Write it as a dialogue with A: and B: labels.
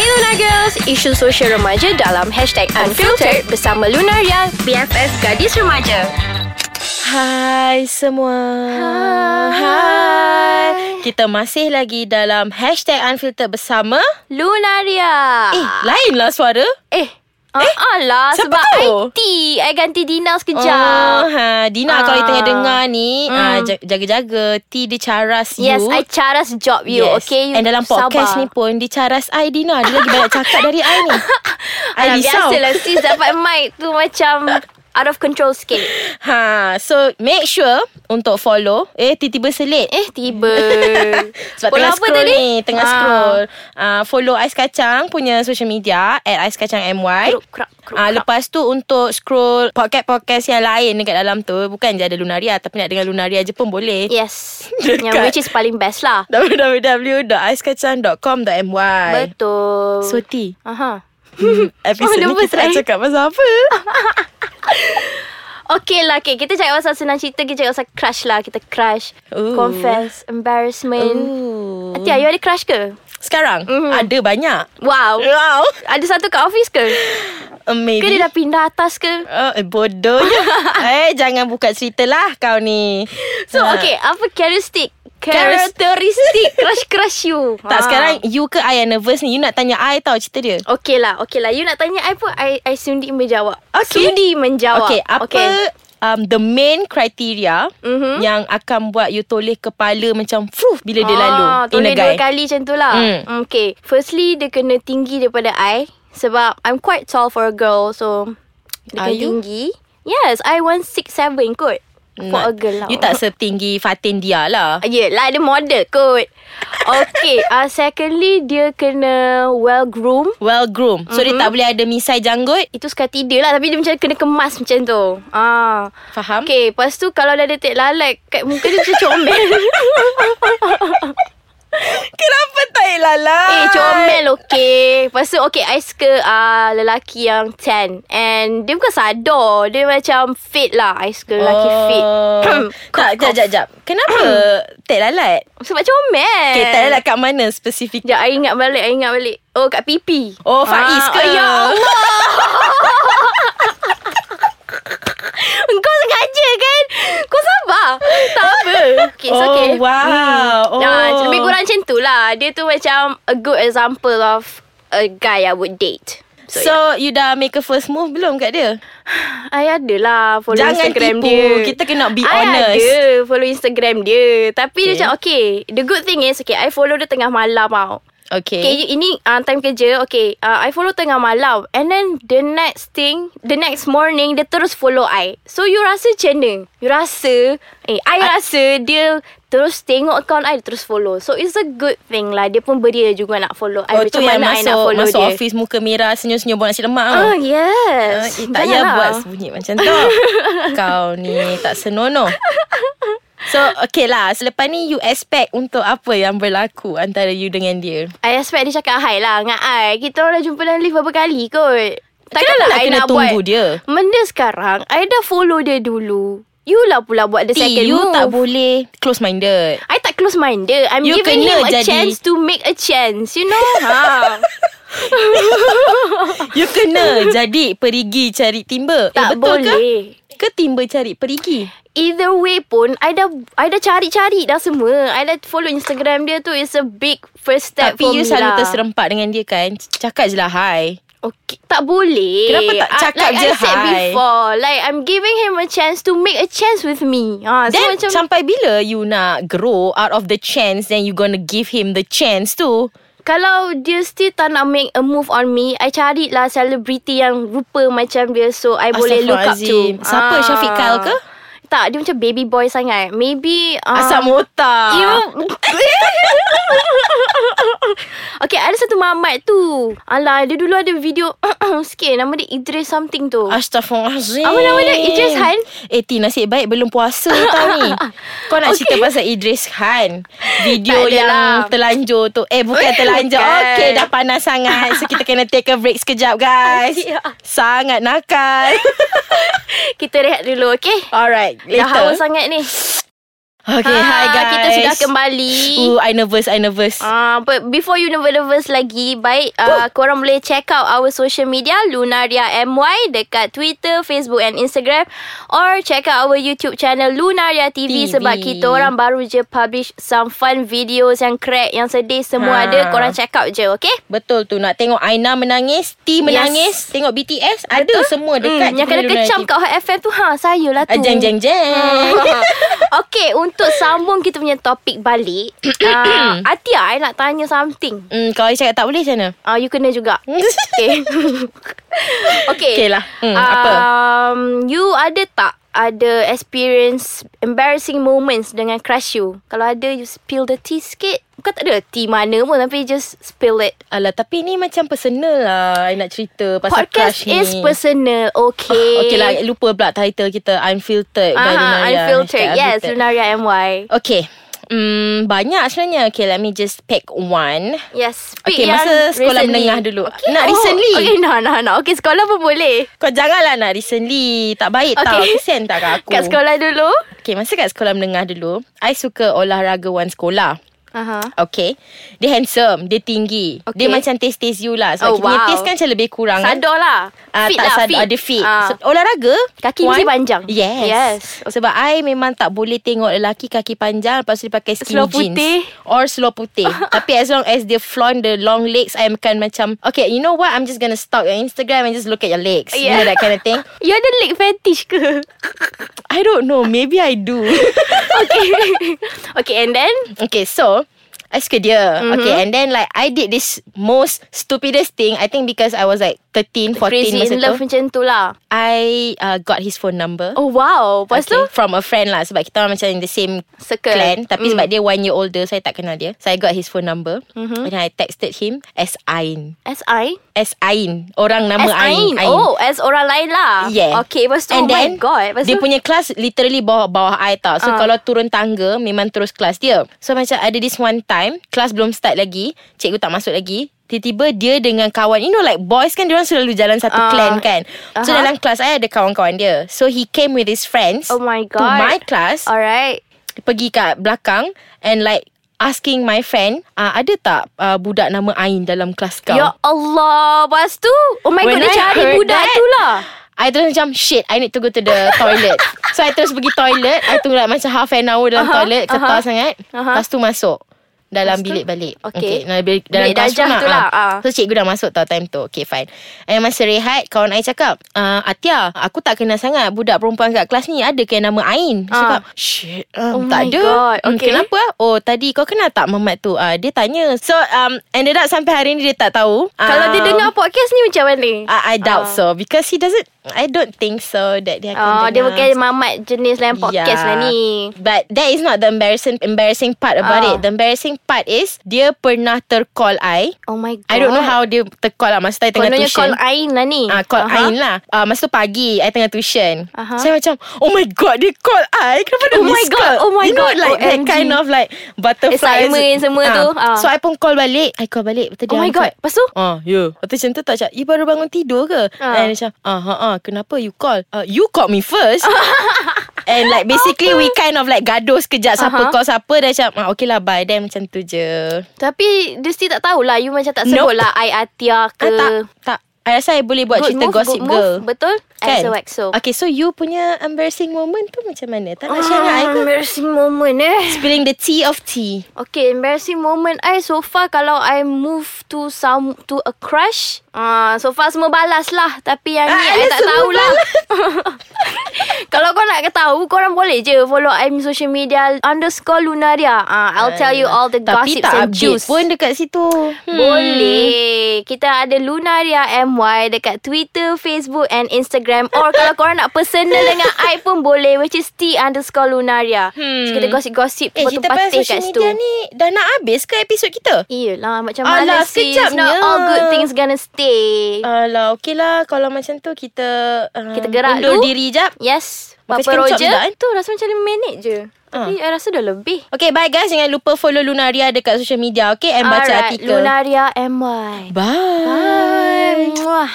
A: Lunar Girls, isu sosial remaja dalam hashtag Unfiltered bersama Lunaria, BFF Gadis Remaja.
B: Hai semua Ah,
A: Hai.
B: Kita masih lagi dalam Hashtag Unfiltered bersama
A: Lunaria.
B: Eh,
A: Ah.
B: lainlah suara
A: Eh. Eh, uh, alah
B: siapa
A: sebab
B: tu?
A: IT I ganti Dina sekejap
B: Oh, ha. Dina
A: Ah.
B: kalau you tengah dengar ni
A: Mm.
B: ah, ja- Jaga-jaga T dia caras you
A: Yes, I caras job you Okay you
B: And dalam podcast
A: sabar.
B: ni pun Dia caras I Dina Dia lagi banyak cakap dari I ni I
A: Alah, lah.
B: risau
A: Biasalah sis dapat mic tu macam Out of control sikit
B: ha, So make sure Untuk follow Eh tiba-tiba selit
A: Eh tiba
B: Sebab
A: Follow
B: tengah
A: apa
B: scroll
A: tadi?
B: ni Tengah
A: Ah.
B: scroll uh, Follow Ais Kacang Punya social media At Ais Kacang MY
A: Kerup, kerup, kerup,
B: Ah,
A: kerup.
B: lepas tu untuk scroll podcast-podcast yang lain dekat dalam tu Bukan je ada Lunaria Tapi nak dengar Lunaria je pun boleh
A: Ya. Yes
B: Dekat.
A: Yang which is paling best lah
B: www.aiskacang.com.my
A: Betul
B: So T
A: Aha.
B: Episod
A: Oh,
B: ni
A: nervous
B: kita
A: I.
B: nak cakap pasal apa
A: Okay lah okay. Kita cakap pasal senang cerita Kita cakap pasal crush lah Kita crush
B: Ooh.
A: Confess Embarrassment
B: Ooh.
A: Atia you ada crush ke?
B: Sekarang
A: Mhm.
B: Ada banyak
A: Wow
B: Wow
A: Ada satu kat office ke? Ke
B: Amazing
A: dia dah pindah atas ke?
B: Oh, eh, bodohnya Eh jangan buka cerita lah kau ni
A: So
B: Ha.
A: okay Apa karakteristik
B: Charis-
A: Karakteristik Crush-crush you Ah.
B: Tak sekarang You ke I yang nervous ni You nak tanya I tau cerita dia
A: Okay lah Okay lah You nak tanya I pun I, I sundi menjawab
B: Okay.
A: Sundi menjawab
B: Okay Apa Um, the main criteria
A: Mhm.
B: Yang akan buat you toleh kepala Macam Fruh bila dia
A: Ah,
B: lalu In
A: Toleh
B: a
A: dua
B: guy
A: kali macam tu lah
B: Hmm.
A: mm. Okay Firstly dia kena tinggi daripada I Sebab I'm quite tall for a girl So Dia kena
B: Are you?
A: tinggi Yes I 167 kot For a
B: Not-
A: girl lah
B: You tak setinggi Fatin dia lah
A: Yelah dia model kot Okay uh, Secondly Dia kena well groomed
B: Well groomed
A: Mm-hmm.
B: So dia tak boleh ada misai janggut
A: itu sekali dia lah Tapi dia macam kena kemas macam tu
B: Hmm.
A: ah.
B: Faham?
A: Okay Lepas tu kalau dah ada tek lalat Kat muka dia macam comel
B: Kenapa tak elala?
A: Eh comel okay Lepas tu okay I suka uh, lelaki yang tan And dia bukan sador Dia macam fit lah I suka lelaki oh. fit
B: Tak, jap, jap, jap Kenapa Tek lalat?
A: Sebab comel
B: Okay, tek lalat kat mana spesifik?
A: Sekejap I ingat balik I ingat balik Oh kat pipi
B: Oh, Faiz
A: Ah,
B: ke?
A: Ya Allah Kau sengaja kan Kau sabar Tak apa okay, it's
B: Oh,
A: okay.
B: wow.
A: hmm. Ah,
B: Oh.
A: Lebih kurang macam tu lah Dia tu macam A good example of A guy I would date ya.
B: So, you dah make a first move belum kat dia?
A: I ada lah Follow
B: Jangan
A: Instagram
B: tipu.
A: dia
B: Kita kena
A: I
B: be honest.
A: ada Follow Instagram dia Tapi okay. dia
B: Okay.
A: macam Okay The good thing is Okay I follow dia tengah malam tau Okay,
B: Okay,
A: you- ini uh, time kerja. Okay, uh, I follow tengah malam. And then the next thing, the next morning, dia terus follow I. So, you rasa macam mana? You rasa, eh, I, I rasa dia terus tengok account I, dia terus follow. So, it's a good thing lah. Dia pun beria juga nak follow I.
B: Oh tu
A: macam mana
B: yang
A: I nak
B: masuk
A: follow
B: Masuk
A: dia.
B: office muka merah Senyum-senyum buat nasi lemak tau.
A: Oh, yes. lah.
B: Eh, tak payah
A: Janganlah.
B: buat bunyi macam tu Kau ni tak senonoh So okay lah Selepas ni you expect Untuk apa yang berlaku Antara you dengan dia
A: I expect dia cakap hi lah dengan I. Kita orang dah jumpa dalam lift berapa kali kot.
B: Kenapa
A: Takkanlah
B: nak
A: I
B: kena
A: nak
B: tunggu
A: buat.
B: dia?
A: Benda sekarang, I dah follow dia dulu. You lah pula buat the
B: T,
A: second
B: Eh, you
A: move.
B: tak boleh Close minded
A: I tak close minded. I'm
B: You
A: giving
B: kena
A: him a
B: jadi-
A: chance to make a chance. You know? ha.
B: You kena jadi Perigi cari timba
A: Tak
B: eh, betul
A: boleh.
B: ke? Ke timba cari perigi?
A: Either way pun I dah I dah cari-cari dah semua I dah follow Instagram dia tu It's a big first step
B: Tapi
A: for
B: you
A: me
B: selalu
A: lah.
B: terserempak dengan dia kan C- Cakap je lah hi
A: Okay, tak boleh.
B: Kenapa tak
A: Ah,
B: cakap
A: like
B: je
A: I said
B: hi?
A: before, like I'm giving him a chance to make a chance with me. Ah, so
B: Then
A: macam
B: sampai bila you nak grow Out of the chance Then you gonna give him the chance tu
A: kalau dia still tak nak make a move on me, I carilah celebrity yang rupa macam dia so I boleh look up to. Ah.
B: Astaghfirullahalazim. Siapa? Syafiq Kyle ke?
A: Tak, dia macam baby boy sangat. Maybe uh,
B: Asam otak
A: You Okay ada satu mamat tu Alah dia dulu ada video Sikit nama dia Idris something tu
B: Ah. Astaghfirullahalazim
A: Apa nama dia? Idris Han?
B: Eh Ti nasib baik belum puasa tau ni Kau nak okay. cerita pasal Idris Han Video
A: Tak adalah.
B: yang telanjur tu Eh bukan
A: Eh,
B: telanjur
A: bukan.
B: Okay dah panas sangat So kita kena take a break sekejap guys
A: Ya.
B: Sangat nakal
A: Kita rehat dulu okay
B: Alright
A: Dah haus
B: later
A: sangat ni
B: Okay, hi
A: Ah,
B: guys.
A: Kita sudah kembali.
B: Ooh, I nervous, I nervous.
A: Ah, uh, but before you nervous lagi, baik uh, korang boleh check out our social media Lunaria MY dekat Twitter, Facebook and Instagram or check out our YouTube channel Lunaria TV,
B: TV.
A: sebab kita orang baru je publish some fun videos yang crack, yang sedih semua
B: Ha.
A: ada. Korang check out je, okay?
B: Betul tu nak tengok Aina menangis, T menangis, tengok BTS ada semua dekat.
A: Hmm, yang kena kecam kat Hot FM tu ha, saya lah tu.
B: Ah,
A: Ah.
B: Jeng jeng jeng.
A: okay, untuk sambung kita punya topik balik, uh, Atia, I nak tanya something.
B: Hmm, kalau I cakap tak boleh macam mana?
A: Ah, uh, you kena juga. Okay. okay.
B: Okay lah. Hmm, apa?
A: Um, you ada tak ada experience embarrassing moments dengan crush you? Kalau ada, you spill the tea sikit. Bukan tak ada tea mana pun tapi just spill it.
B: Alah, tapi ni macam personal lah. I nak cerita pasal
A: Podcast
B: crush ni.
A: is personal. Okay. Ah,
B: Okay lah, lupa pula title kita Unfiltered by
A: Aha,
B: Lunaria.
A: unfiltered.
B: Hashtag
A: Yes,
B: Unfiltered.
A: Lunaria MY.
B: Okay. Hmm, banyak sebenarnya. Okay, let me just pick one.
A: Yes.
B: Okay,
A: yang
B: masa sekolah
A: recently.
B: menengah dulu. Nak recently.
A: Okay, nah, nah, nah. Okay, sekolah pun boleh.
B: Kau janganlah nak recently. Tak baik okay. tau.
A: Okay.
B: Kesian tak kat aku.
A: Kat sekolah dulu.
B: Okay, masa kat sekolah menengah dulu, I suka olahragawan sekolah.
A: Aha.
B: Uh-huh. Okay Dia handsome Dia tinggi okay. Dia
A: Okay.
B: macam taste-taste you lah Sebab
A: Oh,
B: kita punya
A: wow.
B: taste kan macam lebih kurang kan?
A: Sador lah.
B: Ah,
A: fit
B: tak
A: lah,
B: sadar
A: fit.
B: Dia fit
A: Ah.
B: so, Olahraga
A: Kaki
B: one.
A: mesti panjang.
B: Yes
A: Yes.
B: Sebab I memang tak boleh tengok Lelaki kaki panjang Lepas tu dia pakai skinny
A: Seluar
B: jeans
A: putih.
B: Or slow putih Tapi as long as Dia flaunt the long legs I akan macam Okay you know what I'm just gonna stalk your Instagram And just look at your legs You
A: Yeah.
B: know that kind of thing
A: You ada leg fetish ke?
B: I don't know Maybe I do
A: okay. okay, and then?
B: Okay so I suka dia
A: Mhm.
B: mm-hmm. Okay and then like I did this most stupidest thing I think because I was like 13, 14
A: Crazy
B: masa
A: in love
B: tu
A: macam tu lah.
B: I uh, got his phone number
A: Oh, wow. Lepas okay. tu?
B: From a friend lah Sebab kita orang macam in the same
A: Circle.
B: clan
A: Mm.
B: Tapi
A: Mhm.
B: sebab dia one year older Saya tak kenal dia So I got his phone number mm-hmm. And I texted him As Ain
A: S.I.?
B: As Ain Orang nama
A: As
B: Ain,
A: Ain. Oh, as orang lain lah.
B: Yeah
A: Okay, lepas tu,
B: And
A: oh my
B: then,
A: god. Lepas
B: Dia
A: tu?
B: punya kelas Literally bawah-bawah I tau So
A: Ah.
B: kalau turun tangga Memang terus kelas dia So macam ada this one time Kelas belum start lagi Cikgu tak masuk lagi Tiba-tiba dia dengan kawan You know like boys kan Diorang selalu jalan satu
A: Ah.
B: clan kan So
A: Aha.
B: dalam kelas I ada kawan-kawan dia So he came with his friends
A: Oh my
B: To
A: God. Ah.
B: my class
A: Alright.
B: pergi kat belakang and like asking my friend, uh, ada tak uh, budak nama Ain dalam kelas kau?
A: Ya Allah. Lepas tu, oh my
B: When
A: god, dia
B: I
A: cari
B: heard
A: budak
B: that-
A: tu lah.
B: I terus macam Shit I need to go to the toilet So I terus pergi toilet I tunggu like Macam half an hour
A: Aha,
B: dalam uh-huh, toilet Ketar
A: aha,
B: uh-huh, sangat
A: aha.
B: uh-huh. Lepas tu masuk
A: Lepas
B: dalam
A: tu?
B: bilik balik
A: Okay.
B: dalam bilik, dalam
A: Bilik
B: classroom
A: darjah tu lah,
B: ah.
A: ah.
B: So cikgu dah masuk tau time tu Okay fine And masa rehat Kawan I cakap uh, Atia Aku tak kenal sangat Budak perempuan kat kelas ni Ada ke yang nama Ain uh.
A: Ah.
B: Cakap Shit
A: Oh
B: um, Tak
A: my
B: ada
A: God,
B: Hmm,
A: okay.
B: Kenapa ah? Oh tadi kau kenal tak Mamat tu uh, Dia tanya So um, ended up sampai hari ni Dia tak tahu
A: Kalau dia
B: Um,
A: dengar podcast ni macam mana?
B: I, I doubt
A: Ah.
B: so because he doesn't. I don't think so that dia akan.
A: Oh, dia
B: dengar.
A: bukan mamat jenis lain podcast lah ni.
B: But that is not the embarrassing embarrassing part about
A: Ah.
B: it. The embarrassing part is dia pernah tercall I.
A: Oh my god.
B: I don't know how dia tercall lah masa I tengah
A: Kononnya
B: tuition.
A: call Ain lah ni.
B: Ah, call
A: Aha.
B: Ain lah ah, Masa tu pagi I tengah tuition
A: Aha.
B: Saya macam Oh my god Dia call I Kenapa dia
A: Oh my
B: miss
A: God,
B: call
A: oh my
B: You know
A: God,
B: like That
A: OMG.
B: kind of like Butterflies
A: Excitement semua tu, ah.
B: So I pun call balik I call balik Betul dia
A: Oh my god.
B: angkat.
A: Lepas tu?
B: Ah, ya. Yeah. Lepas tu macam tu tak cakap, you baru bangun tidur ke?
A: Ah.
B: And macam, ah, ha, ah, kenapa you call? Uh, you call me first. And like basically we kind of like gaduh sekejap siapa
A: Aha.
B: call siapa dan macam ah, okay lah bye then macam tu je.
A: Tapi dia still tak tahulah You macam tak sebut
B: Nope.
A: lah I Atia ke
B: Ah, tak, tak. I rasa I boleh buat cerita
A: move,
B: gossip
A: good
B: girl.
A: move, Betul
B: Kan?
A: XOXO
B: Okay, so you punya embarrassing moment tu macam mana? Tak nak share dengan I
A: Ah,
B: ke?
A: Embarrassing moment eh
B: Spilling the tea of tea.
A: Okay embarrassing moment I so far Kalau I move to some to a crush ah So far semua balas lah Tapi yang ni
B: Ah,
A: I
B: dia
A: tak
B: semua
A: tahulah Kalau kau nak tahu Korang boleh je Follow I punya social media Underscore Lunaria ah I'll tell you all the
B: ya. Tapi
A: gossips
B: tak
A: and
B: update
A: juice
B: pun dekat situ. Hmm.
A: Boleh. Kita ada Lunaria MY dekat Twitter, Facebook and Instagram. Or kalau korang nak personal dengan I pun boleh. Which is T underscore Lunaria. Hmm. So, kita gosip-gosip.
B: Eh,
A: potong
B: cerita pasal
A: patih
B: social media ni dah nak habis ke episod kita?
A: Iyalah macam mana
B: Alah,
A: sis
B: sekejapnya.
A: Not all good things gonna stay uh,
B: Alah, okey lah. Kalau macam tu, kita... Uh,
A: Kita gerak
B: Undur
A: dulu.
B: diri jap.
A: Yes Papa
B: Makan chicken chop
A: Roger
B: juga, eh? Ah.
A: Tu rasa macam 5 minit je Tapi I rasa dah lebih
B: Okay, bye guys. Jangan lupa follow Lunaria dekat social media, okay? And baca
A: Alright,
B: artikel.
A: Lunaria MY
B: Bye.
A: Bye Muah.